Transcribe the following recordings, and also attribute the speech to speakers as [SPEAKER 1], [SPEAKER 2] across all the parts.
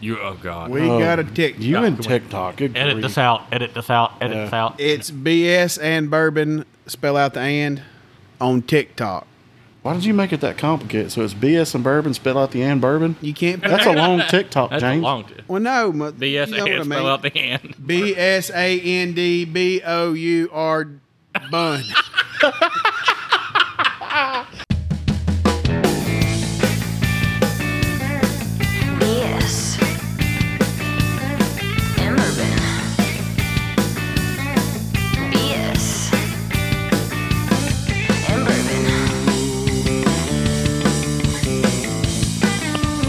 [SPEAKER 1] You oh god.
[SPEAKER 2] We got a tick.
[SPEAKER 3] You and TikTok. Good
[SPEAKER 4] Edit
[SPEAKER 3] grief.
[SPEAKER 4] this out. Edit this out. Edit this out.
[SPEAKER 2] It's BS and bourbon. Spell out the and on TikTok.
[SPEAKER 3] Why did you make it that complicated? So it's BS and bourbon. Spell out the and bourbon.
[SPEAKER 2] You can't.
[SPEAKER 3] That's a long TikTok,
[SPEAKER 1] That's
[SPEAKER 3] James.
[SPEAKER 1] a long t-
[SPEAKER 2] well, no. mo-
[SPEAKER 1] BS
[SPEAKER 2] you know what I
[SPEAKER 1] and
[SPEAKER 2] mean.
[SPEAKER 1] spell out the hand.
[SPEAKER 2] B S A N D B O U R bun.
[SPEAKER 5] BS. And bourbon. BS. And bourbon.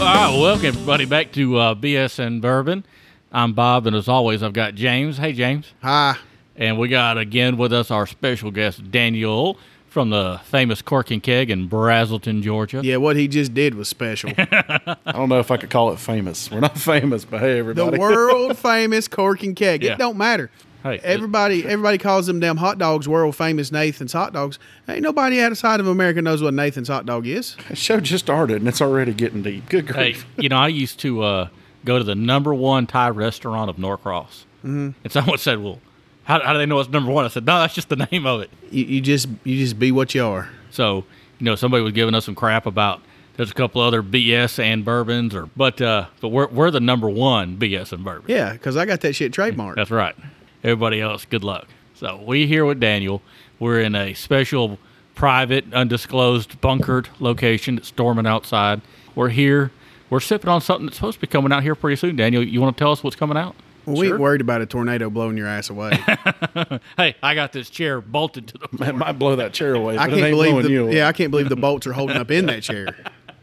[SPEAKER 1] All right, welcome everybody back to uh, BS and Bourbon. I'm Bob, and as always, I've got James. Hey, James,
[SPEAKER 2] Hi.
[SPEAKER 1] and we got again with us our special guest Daniel from the famous Cork and Keg in Brazelton, Georgia.
[SPEAKER 2] Yeah, what he just did was special.
[SPEAKER 3] I don't know if I could call it famous. We're not famous, but hey,
[SPEAKER 2] the
[SPEAKER 3] everybody.
[SPEAKER 2] world famous cork and keg.
[SPEAKER 1] Yeah.
[SPEAKER 2] It don't matter.
[SPEAKER 1] Hey, it-
[SPEAKER 2] everybody, everybody calls them damn hot dogs. World famous Nathan's hot dogs. Ain't nobody outside of America knows what Nathan's hot dog is.
[SPEAKER 3] The show just started and it's already getting deep. Good
[SPEAKER 1] Hey,
[SPEAKER 3] grief.
[SPEAKER 1] you know, I used to uh, go to the number one Thai restaurant of Norcross, mm-hmm. and someone said, "Well, how, how do they know it's number one?" I said, "No, that's just the name of it."
[SPEAKER 2] You, you just, you just be what you are.
[SPEAKER 1] So, you know, somebody was giving us some crap about there's a couple other BS and bourbons, or but uh, but we're we're the number one BS and bourbon.
[SPEAKER 2] Yeah, because I got that shit trademarked.
[SPEAKER 1] That's right. Everybody else, good luck. So we here with Daniel. We're in a special, private, undisclosed, bunkered location that's storming outside. We're here. We're sipping on something that's supposed to be coming out here pretty soon. Daniel, you want to tell us what's coming out?
[SPEAKER 2] Well, we ain't worried about a tornado blowing your ass away.
[SPEAKER 1] Hey, I got this chair bolted to the.
[SPEAKER 3] it might blow that chair away, but
[SPEAKER 2] I
[SPEAKER 3] it
[SPEAKER 2] can't
[SPEAKER 3] ain't
[SPEAKER 2] believe
[SPEAKER 3] blowing
[SPEAKER 2] the,
[SPEAKER 3] you away.
[SPEAKER 2] yeah, I can't believe the bolts are holding up in that chair.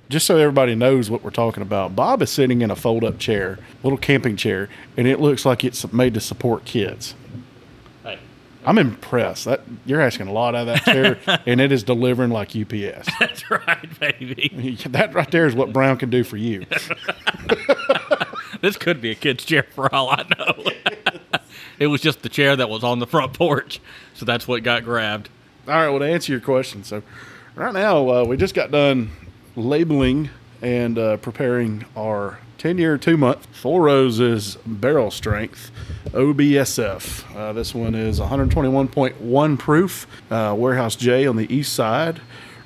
[SPEAKER 3] Just so everybody knows what we're talking about, Bob is sitting in a fold up chair, little camping chair, and it looks like it's made to support kids.
[SPEAKER 1] Hey,
[SPEAKER 3] I'm impressed. That you're asking a lot out of that chair, and it is delivering like UPS.
[SPEAKER 1] that's right, baby.
[SPEAKER 3] that right there is what Brown can do for you.
[SPEAKER 1] This could be a kid's chair for all I know. it was just the chair that was on the front porch, so that's what got grabbed.
[SPEAKER 3] All right, well, to answer your question, so right now uh, we just got done labeling and uh, preparing our 10 year, two month Four Roses barrel strength OBSF. Uh, this one is 121.1 proof, uh, Warehouse J on the east side,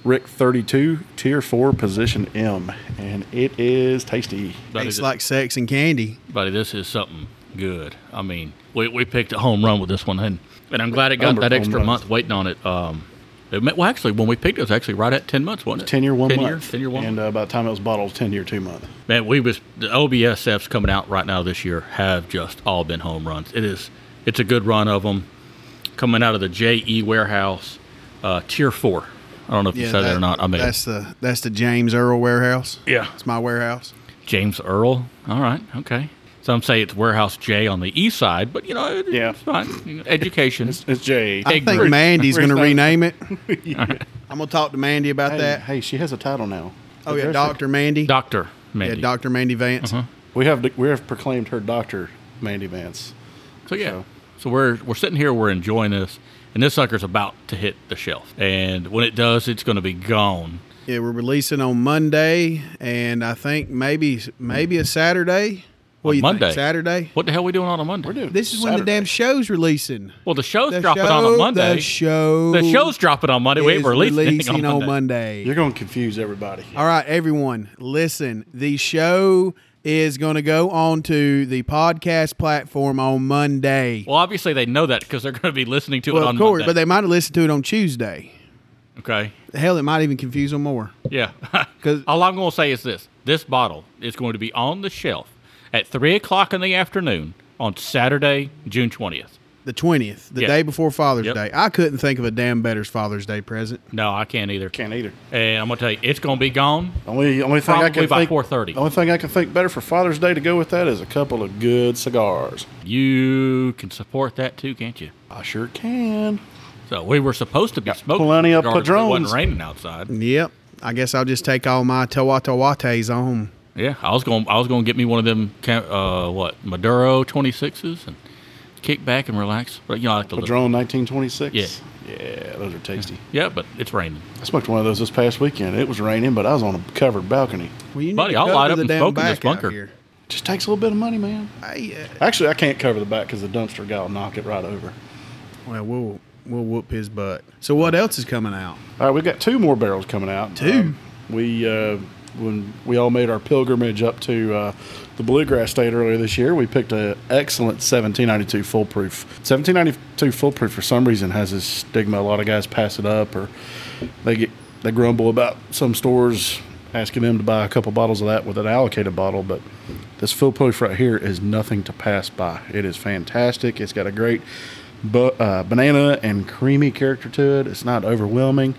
[SPEAKER 3] Rick 32, tier four, position M, and it is tasty.
[SPEAKER 1] But
[SPEAKER 2] It's
[SPEAKER 1] it-
[SPEAKER 2] like sex and candy.
[SPEAKER 1] Buddy, this is something good. I mean, we, we picked a home run with this one, and, and I'm glad it got
[SPEAKER 3] Number
[SPEAKER 1] that
[SPEAKER 3] of home
[SPEAKER 1] extra
[SPEAKER 3] runs.
[SPEAKER 1] month waiting on it. Um, it meant, well, actually, when we picked it, it was actually right at 10 months, wasn't it?
[SPEAKER 3] 10 year, one
[SPEAKER 1] 10
[SPEAKER 3] month.
[SPEAKER 1] Year, 10 year, one
[SPEAKER 3] And
[SPEAKER 1] month.
[SPEAKER 3] uh, by the time it was bottled, 10 year, two month.
[SPEAKER 1] Man, we was, the OBSFs coming out right now this year have just all been home runs. It is, it's a good run of them coming out of the JE warehouse, uh, tier four. I don't know if you said that, or not. I mean,
[SPEAKER 2] that's the that's the James Earl warehouse.
[SPEAKER 1] yeah.
[SPEAKER 2] It's my warehouse.
[SPEAKER 1] James Earl. All right. Okay. Some say it's Warehouse J on the east side, but you know, it-
[SPEAKER 3] Yeah.
[SPEAKER 1] it's fine. Education.
[SPEAKER 3] It's J.
[SPEAKER 2] I
[SPEAKER 1] Egg
[SPEAKER 2] think
[SPEAKER 1] root.
[SPEAKER 2] Mandy's going to rename it. I'm going to talk to Mandy about
[SPEAKER 3] Hey,
[SPEAKER 2] that.
[SPEAKER 3] hey, she has a title now.
[SPEAKER 2] oh yeah,
[SPEAKER 3] Address her.
[SPEAKER 2] Doctor Mandy.
[SPEAKER 1] Doctor
[SPEAKER 2] Yeah,
[SPEAKER 1] Mandy. Uh-huh.
[SPEAKER 2] Doctor Mandy Vance.
[SPEAKER 3] We have we have proclaimed her doctor, Mandy Vance.
[SPEAKER 1] So yeah.
[SPEAKER 3] So-
[SPEAKER 1] So we're we're sitting here, we're enjoying this, and this sucker's about to hit the shelf. And when it does, it's going to be gone.
[SPEAKER 2] Yeah, we're releasing on Monday, and I think maybe maybe a Saturday. What
[SPEAKER 1] On
[SPEAKER 2] do you
[SPEAKER 1] Monday?
[SPEAKER 2] think? Saturday.
[SPEAKER 1] What the hell are we doing on a Monday?
[SPEAKER 3] We're doing
[SPEAKER 2] This is when the damn show's releasing.
[SPEAKER 1] well, the show's
[SPEAKER 2] The
[SPEAKER 1] dropping
[SPEAKER 2] show,
[SPEAKER 1] on a Monday.
[SPEAKER 2] The show.
[SPEAKER 1] The show's dropping on Monday. We
[SPEAKER 2] is
[SPEAKER 1] ain't releasing anything
[SPEAKER 2] releasing
[SPEAKER 1] on Monday.
[SPEAKER 2] on Monday.
[SPEAKER 3] You're going to confuse everybody.
[SPEAKER 2] All right, everyone, listen. The show is going to go on to the podcast platform on Monday.
[SPEAKER 1] Well, obviously they know that because they're going to be listening to
[SPEAKER 2] Well,
[SPEAKER 1] it on
[SPEAKER 2] of course, but
[SPEAKER 1] Monday.
[SPEAKER 2] they might have listened to it on Tuesday.
[SPEAKER 1] okay.
[SPEAKER 2] Hell, it might even confuse them more.
[SPEAKER 1] Yeah.
[SPEAKER 2] 'Cause-
[SPEAKER 1] all I'm going to say is this: this bottle is going to be on the shelf at three o'clock in the afternoon on Saturday, June twentieth.
[SPEAKER 2] The twentieth, the
[SPEAKER 1] Yeah.
[SPEAKER 2] day before Father's
[SPEAKER 1] Yep.
[SPEAKER 2] Day. I couldn't think of a damn better Father's Day present.
[SPEAKER 1] No, I can't either.
[SPEAKER 3] Can't either.
[SPEAKER 1] And I'm going to tell you, it's going to be gone.
[SPEAKER 3] Only only thing I
[SPEAKER 1] Probably
[SPEAKER 3] can
[SPEAKER 1] by
[SPEAKER 3] think
[SPEAKER 1] 4:30.
[SPEAKER 3] Only thing I can think better for Father's Day to go with that is a couple of good cigars.
[SPEAKER 1] You can support that too, can't you?
[SPEAKER 3] I sure can.
[SPEAKER 1] So we were supposed to be smoking
[SPEAKER 3] plenty of
[SPEAKER 1] cigars, but It
[SPEAKER 3] padrones.
[SPEAKER 1] wasn't raining outside.
[SPEAKER 2] Yep. I guess I'll just take all my Tawata Wates home.
[SPEAKER 1] Yeah, I was going. to I was going to get me one of them. ca- Uh, what Maduro 26s and kick back and relax. But you know, I like to. Live.
[SPEAKER 3] Padron 1926. Yeah, those are tasty.
[SPEAKER 1] Yeah, but it's raining.
[SPEAKER 3] I smoked one of those this past weekend. It was raining, but I was on a covered balcony.
[SPEAKER 2] Well, you need
[SPEAKER 1] Buddy,
[SPEAKER 2] to
[SPEAKER 1] I'll
[SPEAKER 2] cover
[SPEAKER 1] light up
[SPEAKER 2] the
[SPEAKER 1] and
[SPEAKER 2] damn
[SPEAKER 1] smoke in this
[SPEAKER 2] back out
[SPEAKER 1] bunker.
[SPEAKER 2] here.
[SPEAKER 3] Just takes a little bit of money, man.
[SPEAKER 2] I, uh,
[SPEAKER 3] Actually, I can't cover the back because the dumpster guy will knock it right over.
[SPEAKER 2] well, we'll we'll whoop his butt. So what else is coming out?
[SPEAKER 3] All right, we've got two more barrels coming out.
[SPEAKER 2] Two?
[SPEAKER 3] we uh, when we all made our pilgrimage up to uh, the Bluegrass State earlier this year, we picked an excellent 1792 foolproof. 1792 foolproof for some reason has this stigma. A lot of guys pass it up, or they get they grumble about some stores asking them to buy a couple bottles of that with an allocated bottle, but this foolproof right here is nothing to pass by. It is fantastic. It's got a great bu- uh, banana and creamy character to it. It's not overwhelming.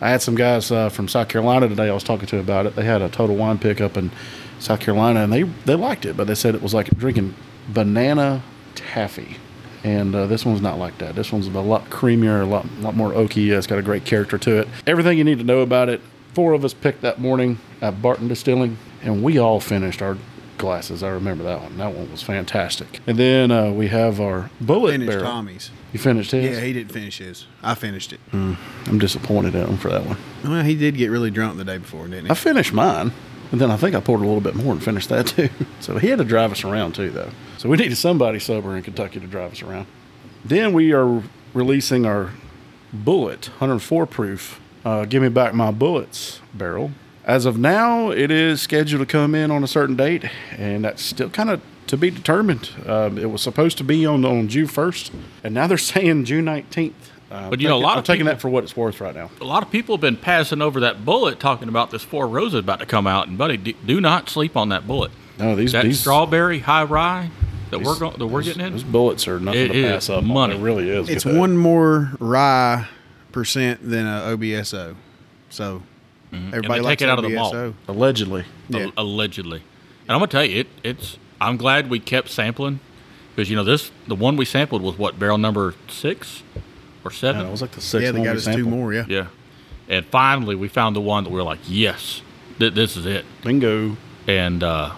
[SPEAKER 3] I had some guys uh, from South Carolina today. I was talking to about it. They had a Total Wine pickup in South Carolina, and they they liked it, but they said it was like drinking banana taffy. And uh, this one's not like that. This one's a lot creamier, a lot lot more oaky. Uh, It's got a great character to it. Everything you need to know about it. Four of us picked that morning at Barton Distilling, and we all finished our glasses. I remember that one. That one was fantastic. And then uh, we have our bullet
[SPEAKER 2] Finished
[SPEAKER 3] barrel.
[SPEAKER 2] Tommy's.
[SPEAKER 3] You finished his.
[SPEAKER 2] Yeah, he didn't finish his. I finished it.
[SPEAKER 3] I'm disappointed at him for that one.
[SPEAKER 2] Well, he did get really drunk the day before, didn't he?
[SPEAKER 3] I finished mine, and then I think I poured a little bit more and finished that too. So he had to drive us around too, though. So we needed somebody sober in Kentucky to drive us around. Then we are releasing our bullet 104 proof. Uh, give me back my bullets barrel. As of now, it is scheduled to come in on a certain date, and that's still kind of to be determined. Um, it was supposed to be on, on June 1st, and now they're saying June 19th. Uh,
[SPEAKER 1] But, you know, a
[SPEAKER 3] thinking-
[SPEAKER 1] lot
[SPEAKER 3] I'm
[SPEAKER 1] of
[SPEAKER 3] taking
[SPEAKER 1] people-
[SPEAKER 3] that for what it's worth right now.
[SPEAKER 1] A lot of people have been passing over that bullet, talking about this Four Roses about to come out. And buddy, do, do not sleep on that bullet.
[SPEAKER 3] No, these-
[SPEAKER 1] that
[SPEAKER 3] these-
[SPEAKER 1] strawberry high rye that we're
[SPEAKER 3] These-
[SPEAKER 1] going that we're
[SPEAKER 3] those-
[SPEAKER 1] getting in.
[SPEAKER 3] Those bullets are nothing
[SPEAKER 1] It
[SPEAKER 3] to
[SPEAKER 1] is
[SPEAKER 3] pass up. on.
[SPEAKER 1] money.
[SPEAKER 3] It really is.
[SPEAKER 2] it's
[SPEAKER 3] good.
[SPEAKER 2] one more rye percent than a OBSO. So
[SPEAKER 3] Mm-hmm.
[SPEAKER 2] everybody
[SPEAKER 1] And they
[SPEAKER 2] likes
[SPEAKER 1] take it out of the malt.
[SPEAKER 2] OBSO.
[SPEAKER 3] allegedly.
[SPEAKER 2] Yeah.
[SPEAKER 1] Al- allegedly. And I'm gonna tell you, it, it's. I'm glad we kept sampling because you know this. The one we sampled was what barrel number six or seven.
[SPEAKER 3] Yeah, it was like the sixth
[SPEAKER 2] Yeah,
[SPEAKER 3] one
[SPEAKER 2] they got
[SPEAKER 3] we
[SPEAKER 2] us two
[SPEAKER 3] sampled.
[SPEAKER 2] more. Yeah.
[SPEAKER 1] yeah. And finally, we found the one that we are like, yes, th- this is it,
[SPEAKER 3] Bingo.
[SPEAKER 1] and uh,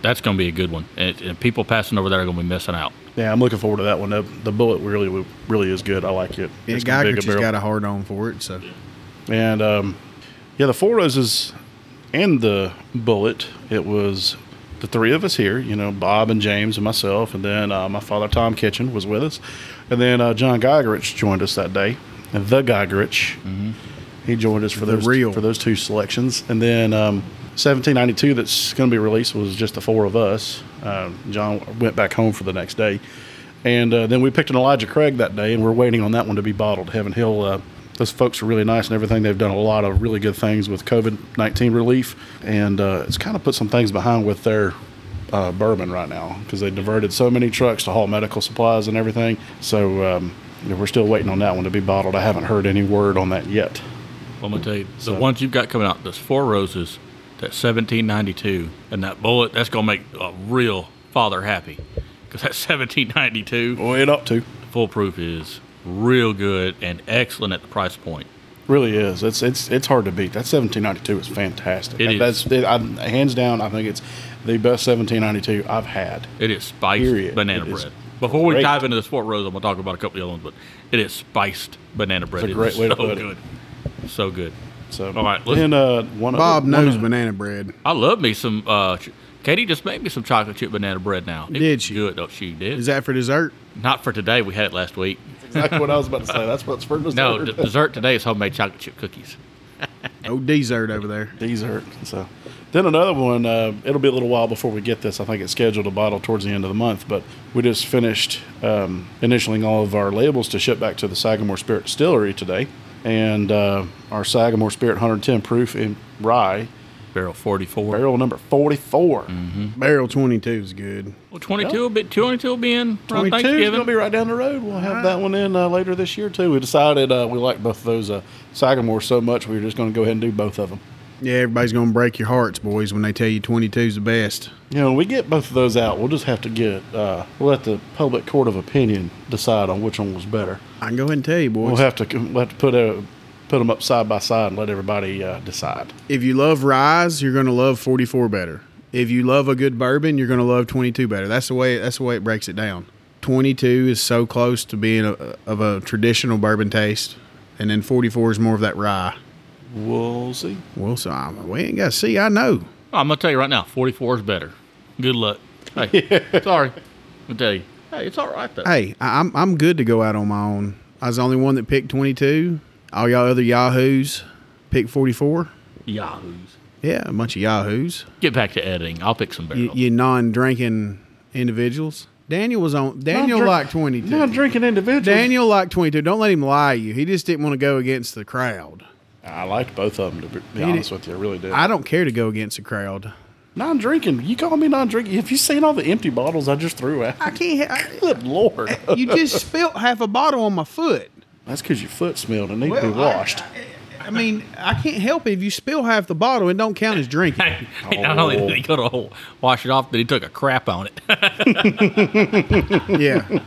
[SPEAKER 1] that's gonna be a good one. And, and people passing over there are gonna be missing out.
[SPEAKER 3] Yeah, I'm looking forward to that one. The, the bullet really, really is good. I like it.
[SPEAKER 2] And
[SPEAKER 3] It's gonna be a
[SPEAKER 2] Geiger
[SPEAKER 3] good
[SPEAKER 2] just
[SPEAKER 3] barrel. Oh,
[SPEAKER 2] got a hard on for it. So
[SPEAKER 3] And um, yeah, the Four Roses and the Bullet, it was the three of us here, you know, Bob and James and myself. And then uh, my father, Tom Kitchen, was with us. And then uh, John Geigerich joined us that day. And the Geigerich, he joined us for
[SPEAKER 2] The
[SPEAKER 3] those,
[SPEAKER 2] real.
[SPEAKER 3] for those two selections. And then um, 1792, that's going to be released, was just the four of us. Um, John went back home for the next day. And uh, then we picked an Elijah Craig that day, and we're waiting on that one to be bottled. Heaven Hill, uh, those folks are really nice and everything. They've done a lot of really good things with COVID 19 relief, and uh, it's kind of put some things behind with their uh, bourbon right now because they diverted so many trucks to haul medical supplies and everything. So um, you know, we're still waiting on that one to be bottled. I haven't heard any word on that yet.
[SPEAKER 1] I'm gonna tell you, the ones you've got coming out, those Four Roses, that 1792, and that bullet, that's gonna make a real father happy, because that 1792
[SPEAKER 3] Well, it up to.
[SPEAKER 1] foolproof is real good and excellent at the price point.
[SPEAKER 3] Really is. It's it's it's hard to beat. That 1792 is fantastic.
[SPEAKER 1] It
[SPEAKER 3] That's
[SPEAKER 1] is.
[SPEAKER 3] it, I, hands down. I think it's the best 1792 I've had.
[SPEAKER 1] It is spiced
[SPEAKER 3] Period.
[SPEAKER 1] banana
[SPEAKER 3] It is
[SPEAKER 1] bread. Before we
[SPEAKER 3] great.
[SPEAKER 1] dive into this Fort Rose, I'm gonna talk about a couple of other ones, but it is spiced banana bread.
[SPEAKER 3] a great
[SPEAKER 1] is
[SPEAKER 3] way to
[SPEAKER 1] so
[SPEAKER 3] put it.
[SPEAKER 1] good. So good.
[SPEAKER 3] So
[SPEAKER 1] All right, let's-
[SPEAKER 3] and uh, one
[SPEAKER 2] Bob
[SPEAKER 3] one
[SPEAKER 2] knows
[SPEAKER 3] other-
[SPEAKER 2] banana bread.
[SPEAKER 1] I love me some. Uh, ch- Katie just made me some chocolate chip banana bread now. It
[SPEAKER 2] Did
[SPEAKER 1] was
[SPEAKER 2] she?
[SPEAKER 1] Good. Oh, she did.
[SPEAKER 2] Is that for dessert?
[SPEAKER 1] Not for today. We had it last week.
[SPEAKER 3] exactly what I was about to say. That's what's for dessert.
[SPEAKER 1] No, d- dessert today is homemade chocolate chip cookies.
[SPEAKER 2] Oh, dessert over there.
[SPEAKER 3] dessert. So then another one. Uh, it'll be a little while before we get this. I think it's scheduled to bottle towards the end of the month. But we just finished um, initialing all of our labels to ship back to the Sagamore Spirit Distillery today, and uh, our Sagamore Spirit 110 proof in rye
[SPEAKER 1] Barrel 44.
[SPEAKER 3] barrel number 44. Mm-hmm.
[SPEAKER 2] Barrel 22 is good.
[SPEAKER 1] Well, 22 will be 22 will be in around
[SPEAKER 3] 22 is
[SPEAKER 1] Thanksgiving.
[SPEAKER 3] going to be right down the road. We'll have that one in uh, later this year too. We decided uh, we like both of those uh, Sagamore so much we were just going to go ahead and do both of them.
[SPEAKER 2] Yeah, everybody's going to break your hearts, boys, when they tell you 22 is the best.
[SPEAKER 3] You know, we get both of those out. We'll just have to get uh, we'll let the public court of opinion decide on which one was better.
[SPEAKER 2] I can go ahead and tell you, boys.
[SPEAKER 3] We'll have to we'll have to put a, put them up side by side and let everybody uh, decide.
[SPEAKER 2] if you love ryes, you're going to love 44 better. If you love a good bourbon, you're going to love 22 better. That's the way. That's the way it breaks it down. 22 is so close to being a, of a traditional bourbon taste, and then 44 is more of that rye.
[SPEAKER 3] We'll see.
[SPEAKER 2] Well, so I'm, we ain't got to see. I know.
[SPEAKER 1] I'm going to tell you right now, 44 is better. Good luck. Hey, sorry. I'll tell you. Hey, it's all right, though.
[SPEAKER 2] Hey, I- I'm I'm good to go out on my own. I was the only one that picked 22. All y'all other yahoos picked 44.
[SPEAKER 1] Yahoos.
[SPEAKER 2] Yeah, a bunch of yahoos.
[SPEAKER 1] Get back to editing. I'll pick some
[SPEAKER 2] You,
[SPEAKER 1] barrels.
[SPEAKER 2] you non-drinking individuals. Daniel was on. Daniel
[SPEAKER 3] drink-
[SPEAKER 2] liked 22.
[SPEAKER 3] Not drinking individuals.
[SPEAKER 2] Daniel liked 22. Don't let him lie to you. He just didn't want to go against the crowd.
[SPEAKER 3] I liked both of them, to be- be
[SPEAKER 2] did-
[SPEAKER 3] honest with you. I really did.
[SPEAKER 2] I don't care to go against the crowd.
[SPEAKER 3] non drinking. You call me non drinking. Have you seen all the empty bottles I just threw out?
[SPEAKER 2] I can't. I,
[SPEAKER 3] Good Lord.
[SPEAKER 2] you just spilt half a bottle on my foot.
[SPEAKER 3] That's because your foot smelled and need to be
[SPEAKER 2] Well, I-
[SPEAKER 3] washed.
[SPEAKER 2] I mean, I can't help it if you spill half the bottle and don't count as drinking.
[SPEAKER 1] Not only did he go to hole- wash it off, but he took a crap on it.
[SPEAKER 2] yeah,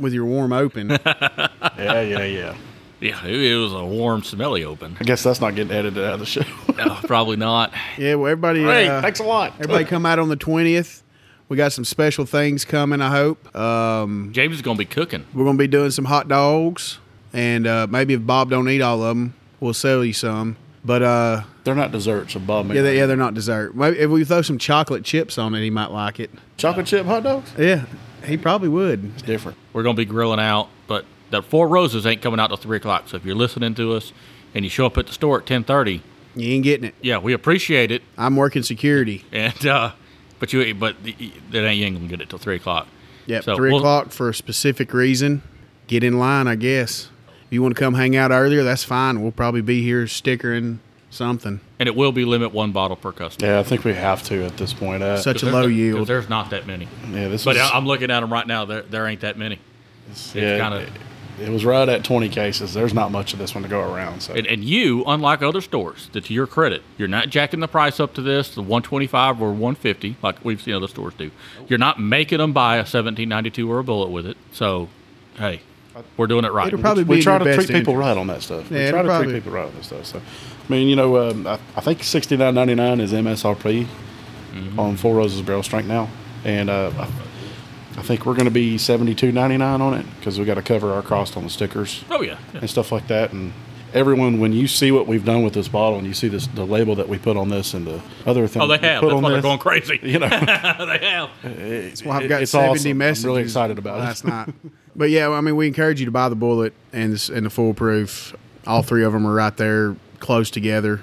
[SPEAKER 2] with your warm open.
[SPEAKER 3] yeah, yeah, yeah.
[SPEAKER 1] yeah, it, it was a warm, smelly open.
[SPEAKER 3] I guess that's not getting edited out of the show.
[SPEAKER 1] No, probably not.
[SPEAKER 2] Yeah, well, everybody.
[SPEAKER 3] Hey,
[SPEAKER 2] uh,
[SPEAKER 3] thanks a lot.
[SPEAKER 2] Everybody come out on the twentieth. We got some special things coming. I hope um,
[SPEAKER 1] James is going to be cooking.
[SPEAKER 2] we're gonna be doing some hot dogs, and uh, maybe if Bob don't eat all of them, we'll sell you some. But uh,
[SPEAKER 3] They're not desserts above me.
[SPEAKER 2] yeah, they, yeah, they're not dessert. Maybe if we throw some chocolate chips on it, he might like it.
[SPEAKER 3] Chocolate chip hot dogs?
[SPEAKER 2] Yeah, he probably would.
[SPEAKER 3] It's different.
[SPEAKER 1] We're going to be grilling out, but the Four Roses ain't coming out till 3 o'clock. So if you're listening to us and you show up at the store at 10.30,
[SPEAKER 2] You ain't getting it.
[SPEAKER 1] yeah, we appreciate it.
[SPEAKER 2] I'm working security.
[SPEAKER 1] And uh, But you but y- y- that ain't, you ain't going to get it till 3 o'clock.
[SPEAKER 2] Yeah,
[SPEAKER 1] So
[SPEAKER 2] 3
[SPEAKER 1] we'll-
[SPEAKER 2] o'clock for a specific reason. Get in line, I guess. If you want to come hang out earlier, that's fine. We'll probably be here stickering something.
[SPEAKER 1] And it will be limit one bottle per customer.
[SPEAKER 3] Yeah, I think we have to at this point. Uh,
[SPEAKER 2] Such a
[SPEAKER 1] 'Cause
[SPEAKER 2] low
[SPEAKER 1] there's- 'cause
[SPEAKER 2] yield.
[SPEAKER 1] There's not that many.
[SPEAKER 3] yeah, this
[SPEAKER 1] But
[SPEAKER 3] was,
[SPEAKER 1] I- I'm looking at them right now. There, there ain't that many.
[SPEAKER 3] yeah,
[SPEAKER 1] kinda-
[SPEAKER 3] it, it was right at 20 cases. There's not much of this one to go around. So
[SPEAKER 1] And, and you, unlike other stores, that to your credit, you're not jacking the price up to this, the 125 or 150, like we've seen other stores do. You're not making them buy a 1792 or a bullet with it. So, hey, we're doing it right.
[SPEAKER 2] It'll probably be
[SPEAKER 3] we
[SPEAKER 2] in
[SPEAKER 3] try
[SPEAKER 2] your
[SPEAKER 3] to
[SPEAKER 2] best
[SPEAKER 3] treat people
[SPEAKER 2] interest.
[SPEAKER 3] right on that stuff.
[SPEAKER 2] Yeah,
[SPEAKER 3] we try to
[SPEAKER 2] probably.
[SPEAKER 3] treat people right on that stuff. So, I mean, you know, um, I, I think sixty nine ninety nine is MSRP
[SPEAKER 2] Mm-hmm.
[SPEAKER 3] on Four Roses Barrel Strength now, and uh, I, I think we're going to be seventy two ninety nine on it because we got to cover our cost on the stickers
[SPEAKER 1] oh, yeah. yeah.
[SPEAKER 3] and stuff like that. And everyone, when you see what we've done with this bottle and you see this the label that we put on this and the other thing,
[SPEAKER 1] Oh, they
[SPEAKER 3] we
[SPEAKER 1] have.
[SPEAKER 3] put
[SPEAKER 1] That's
[SPEAKER 3] on
[SPEAKER 1] why they're
[SPEAKER 3] this,
[SPEAKER 1] going crazy.
[SPEAKER 3] You know,
[SPEAKER 1] they have.
[SPEAKER 2] That's why I've got
[SPEAKER 3] it's
[SPEAKER 2] 70
[SPEAKER 3] awesome. I'm really
[SPEAKER 2] messages.
[SPEAKER 3] excited about it.
[SPEAKER 2] last night. But yeah, well, I mean, we encourage you to buy the bullet and this, and the foolproof. All three of them are right there, close together.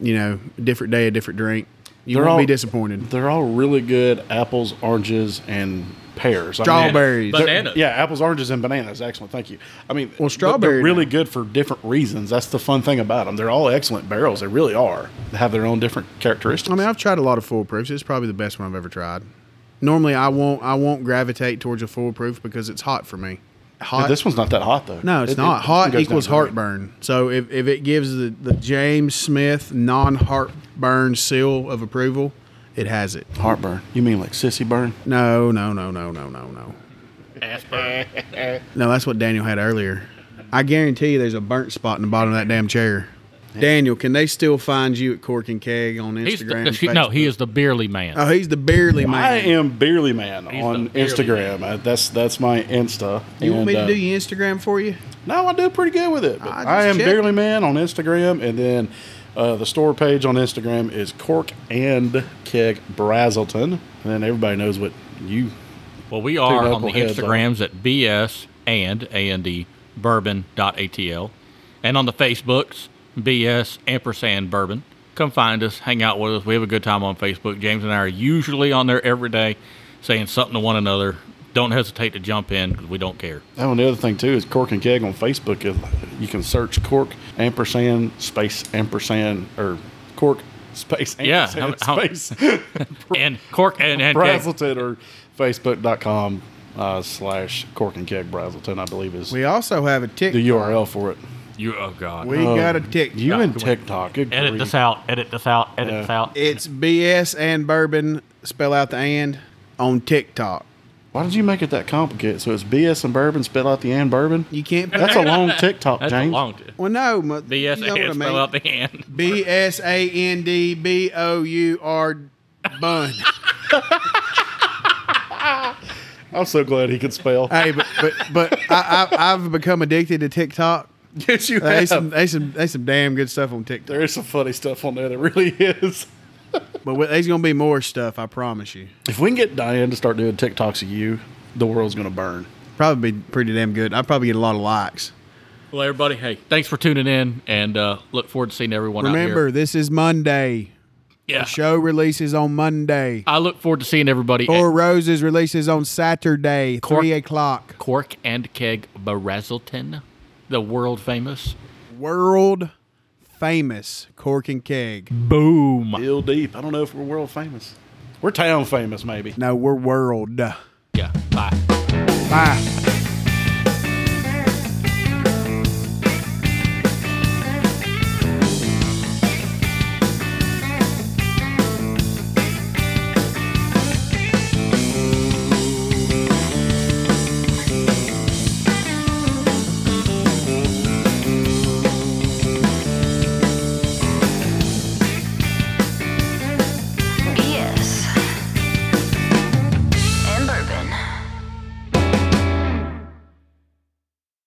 [SPEAKER 2] You know, different day, a different drink. You
[SPEAKER 3] They're
[SPEAKER 2] won't be
[SPEAKER 3] all-
[SPEAKER 2] disappointed.
[SPEAKER 3] they're all really good apples, oranges, and pears. I mean,
[SPEAKER 2] Strawberries.
[SPEAKER 1] But-
[SPEAKER 3] They're-
[SPEAKER 1] Bananas.
[SPEAKER 3] Yeah, apples, oranges, and bananas. Excellent. Thank you. I mean,
[SPEAKER 2] Well, strawberry-
[SPEAKER 3] They're really good for different reasons. That's the fun thing about them. They're all excellent barrels. They really are. They have their own different characteristics.
[SPEAKER 2] I mean, I've tried a lot of foolproofs. It's probably the best one I've ever tried. Normally, I won't. I won't gravitate towards a foolproof because it's hot for me. Hot.
[SPEAKER 3] But this one's not that hot though.
[SPEAKER 2] no, it's
[SPEAKER 3] It-
[SPEAKER 2] not.
[SPEAKER 3] it- it
[SPEAKER 2] hot
[SPEAKER 3] goes
[SPEAKER 2] equals
[SPEAKER 3] down great.
[SPEAKER 2] heartburn. So if, if it gives the, the James Smith non heartburn seal of approval, it has it.
[SPEAKER 3] Heartburn. You mean like sissy burn?
[SPEAKER 2] No, no, no, no, no, no, no.
[SPEAKER 1] Asper.
[SPEAKER 2] No, that's what Daniel had earlier. I guarantee you, there's a burnt spot in the bottom of that damn chair. Daniel, can they still find you at Cork and Keg on Instagram?
[SPEAKER 1] He's the,
[SPEAKER 2] and
[SPEAKER 1] he- no,
[SPEAKER 2] Facebook?
[SPEAKER 1] he is the beerly man.
[SPEAKER 2] Oh, he's the barely man.
[SPEAKER 3] I am Beerly Man
[SPEAKER 1] He's
[SPEAKER 3] on
[SPEAKER 1] the Beerly
[SPEAKER 3] Instagram. I, that's that's my Insta.
[SPEAKER 2] You want
[SPEAKER 3] And,
[SPEAKER 2] me to
[SPEAKER 3] uh,
[SPEAKER 2] do your Instagram for you?
[SPEAKER 3] No, I do pretty good with it. but
[SPEAKER 2] I just
[SPEAKER 3] I, am
[SPEAKER 2] checked.
[SPEAKER 3] Barely Man on Instagram, and then uh, the store page on Instagram is Cork and Keg Brazelton. And then everybody knows what you.
[SPEAKER 1] Well, we are on the
[SPEAKER 3] knuckleheads are.
[SPEAKER 1] Instagrams at BS and and bourbon.atl and on the Facebooks, BS ampersand bourbon. Come find us, hang out with us. We have a good time on Facebook. James and I are usually on there every day saying something to one another. Don't hesitate to jump in because we don't care.
[SPEAKER 3] Oh, and the other thing too is Cork and Keg on Facebook. is- You can search Cork ampersand space ampersand or Cork space
[SPEAKER 1] Yeah,
[SPEAKER 3] ampersand
[SPEAKER 1] how- how-
[SPEAKER 3] space
[SPEAKER 1] And Cork and, and Keg-
[SPEAKER 3] Brazelton or Facebook.com uh, slash Cork and Keg Brazelton, I believe is
[SPEAKER 2] We also have a
[SPEAKER 3] the
[SPEAKER 2] tick.
[SPEAKER 3] URL for it.
[SPEAKER 1] you oh god.
[SPEAKER 2] We got a tick.
[SPEAKER 3] You and TikTok. Good
[SPEAKER 4] Edit
[SPEAKER 3] grief.
[SPEAKER 4] this out. Edit this out. Edit this out.
[SPEAKER 2] It's BS and bourbon. Spell out the and on TikTok.
[SPEAKER 3] Why did you make it that complicated? So it's BS and bourbon. Spell out the and bourbon.
[SPEAKER 2] You can't.
[SPEAKER 3] That's a long TikTok,
[SPEAKER 1] That's
[SPEAKER 3] James.
[SPEAKER 1] a long time.
[SPEAKER 2] well, no. mu-
[SPEAKER 1] BS
[SPEAKER 2] you know what I
[SPEAKER 1] and spell
[SPEAKER 2] mean.
[SPEAKER 1] out the hand.
[SPEAKER 2] B S A N D B O U R bun.
[SPEAKER 3] I'm so glad he could spell.
[SPEAKER 2] hey, but but, but I, I, I've become addicted to TikTok.
[SPEAKER 3] yes, you
[SPEAKER 2] They
[SPEAKER 3] have.
[SPEAKER 2] some they some they some damn good stuff on TikTok.
[SPEAKER 3] there is some funny stuff on there. There really is.
[SPEAKER 2] But we- there's gonna be more stuff, I promise you.
[SPEAKER 3] If we can get Diane to start doing TikToks of you, the world's going to burn.
[SPEAKER 2] Probably be pretty damn good. I'd probably get a lot of likes.
[SPEAKER 1] Well, everybody, hey, thanks for tuning in, and uh, look forward to seeing everyone.
[SPEAKER 2] Remember,
[SPEAKER 1] out
[SPEAKER 2] this is Monday.
[SPEAKER 1] here. yeah,
[SPEAKER 2] The show releases on Monday.
[SPEAKER 1] I look forward to seeing everybody.
[SPEAKER 2] Four
[SPEAKER 1] at
[SPEAKER 2] Roses releases on Saturday,
[SPEAKER 1] Cork.
[SPEAKER 2] three o'clock.
[SPEAKER 1] Cork and Keg Brazelton, the world famous.
[SPEAKER 2] World famous Cork and Keg.
[SPEAKER 1] Boom.
[SPEAKER 3] Ill deep. I don't know if we're world famous. We're town famous, maybe.
[SPEAKER 2] No, we're world.
[SPEAKER 1] Yeah. Bye.
[SPEAKER 2] Bye.